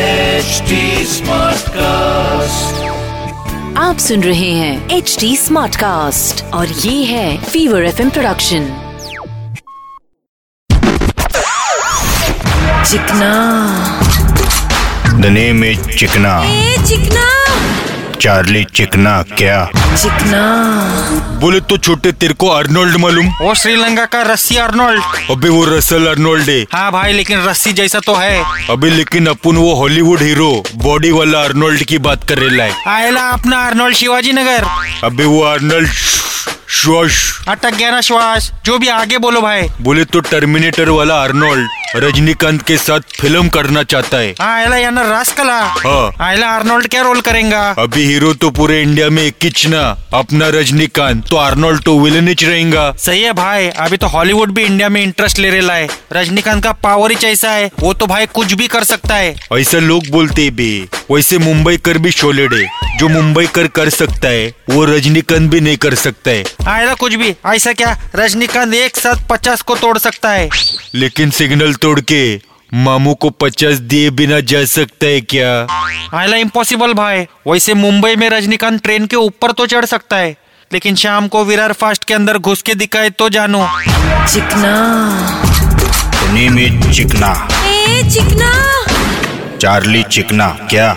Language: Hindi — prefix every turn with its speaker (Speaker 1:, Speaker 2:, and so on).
Speaker 1: HD Smartcast.
Speaker 2: आप सुन रहे हैं एच डी स्मार्ट कास्ट और ये है fever F production Chikna
Speaker 3: The name is Chikna.
Speaker 2: ए चिकना
Speaker 3: Charlie Chikna क्या
Speaker 2: चिकना
Speaker 3: बोले तो छोटे तेरे को अर्नोल्ड मालूम
Speaker 4: वो श्रीलंका का रस्सी अर्नोल्ड
Speaker 3: अबे वो रसल अर्नोल्ड है
Speaker 4: हाँ भाई लेकिन रस्सी जैसा तो है
Speaker 3: अबे लेकिन अपन वो हॉलीवुड हीरो बॉडी वाला अर्नोल्ड की बात कर रहे लायक
Speaker 4: आयला अपना अर्नोल्ड शिवाजी नगर
Speaker 3: अबे वो अर्नोल्ड श्वास
Speaker 4: अटक गया ना श्वास जो भी आगे बोलो भाई
Speaker 3: बोले तो टर्मिनेटर वाला अर्नोल्ड रजनीकांत के साथ फिल्म करना चाहता है
Speaker 4: हाँ आयला याना रस कला
Speaker 3: हाँ।
Speaker 4: आयला अर्नोल्ड क्या रोल करेगा
Speaker 3: अभी हीरो तो पूरे इंडिया में एक ही ना अपना रजनीकांत तो अर्नोल्ड तो विलन ही रहेगा
Speaker 4: सही है भाई अभी तो हॉलीवुड भी इंडिया में इंटरेस्ट ले रहा है रजनीकांत का पावर ही ऐसा है वो तो भाई कुछ भी कर सकता है
Speaker 3: ऐसा लोग बोलते भी वैसे मुंबई कर भी शोलेड है जो मुंबई कर कर सकता है वो रजनीकांत भी नहीं कर सकता है
Speaker 4: आयला कुछ भी ऐसा क्या रजनीकांत एक साथ पचास को तोड़ सकता है
Speaker 3: लेकिन सिग्नल तोड़ के मामू को पचास दिए बिना जा सकता है क्या
Speaker 4: आयला इम्पॉसिबल भाई वैसे मुंबई में रजनीकांत ट्रेन के ऊपर तो चढ़ सकता है लेकिन शाम को विरार फास्ट के अंदर घुस के दिखाए तो जानो
Speaker 2: चिकना
Speaker 3: में चिकना
Speaker 2: ए चिकना
Speaker 3: चार्ली चिकना क्या